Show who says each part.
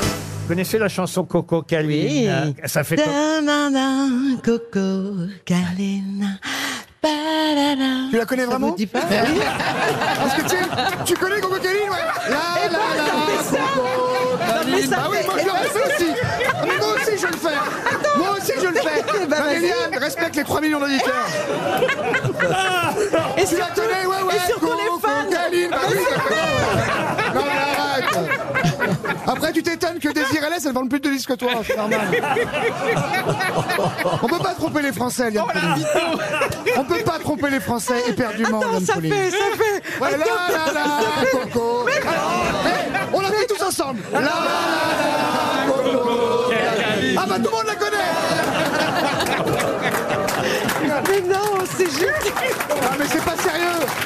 Speaker 1: Vous connaissez la chanson Coco Caline euh,
Speaker 2: Oui.
Speaker 1: Ça fait comme-
Speaker 2: Demain, Coco, Galena. Ba-da-da.
Speaker 3: Tu la connais
Speaker 2: Ça
Speaker 3: vraiment
Speaker 2: vous dit pas
Speaker 3: Parce que tu, tu connais Coco Caline, ouais La la la Coco Caline.
Speaker 2: ça
Speaker 3: Ah oui,
Speaker 2: fait-
Speaker 3: moi je le fais aussi Ah, mais Moi aussi je le fais Moi aussi je le fais
Speaker 2: Bah, vas-y.
Speaker 3: Marianne, respecte les 3 millions d'auditeurs
Speaker 2: Et
Speaker 3: Tu la
Speaker 2: surtout-
Speaker 3: connais, ouais, ouais
Speaker 2: et surtout les
Speaker 3: Coco
Speaker 2: fans.
Speaker 3: Caline, bah oui, d'accord Non, mais arrête Après, tu t'étonnes que Désir LS, elle vend plus de disques que toi, c'est normal On peut pas tromper les Français,
Speaker 2: Oh,
Speaker 3: Liane Pauline. On peut pas tromper les Français éperdument,
Speaker 2: Attends,
Speaker 3: Liane
Speaker 2: ça
Speaker 3: Pauline.
Speaker 2: fait, ça fait.
Speaker 3: Voilà,
Speaker 2: Attends,
Speaker 3: la, la, la, Coco. Eh, On l'a fait tous ensemble. La, la, la, la, Coco. Ah bah tout le monde la connaît.
Speaker 2: Mais non, c'est juste.
Speaker 3: Ah mais c'est pas sérieux.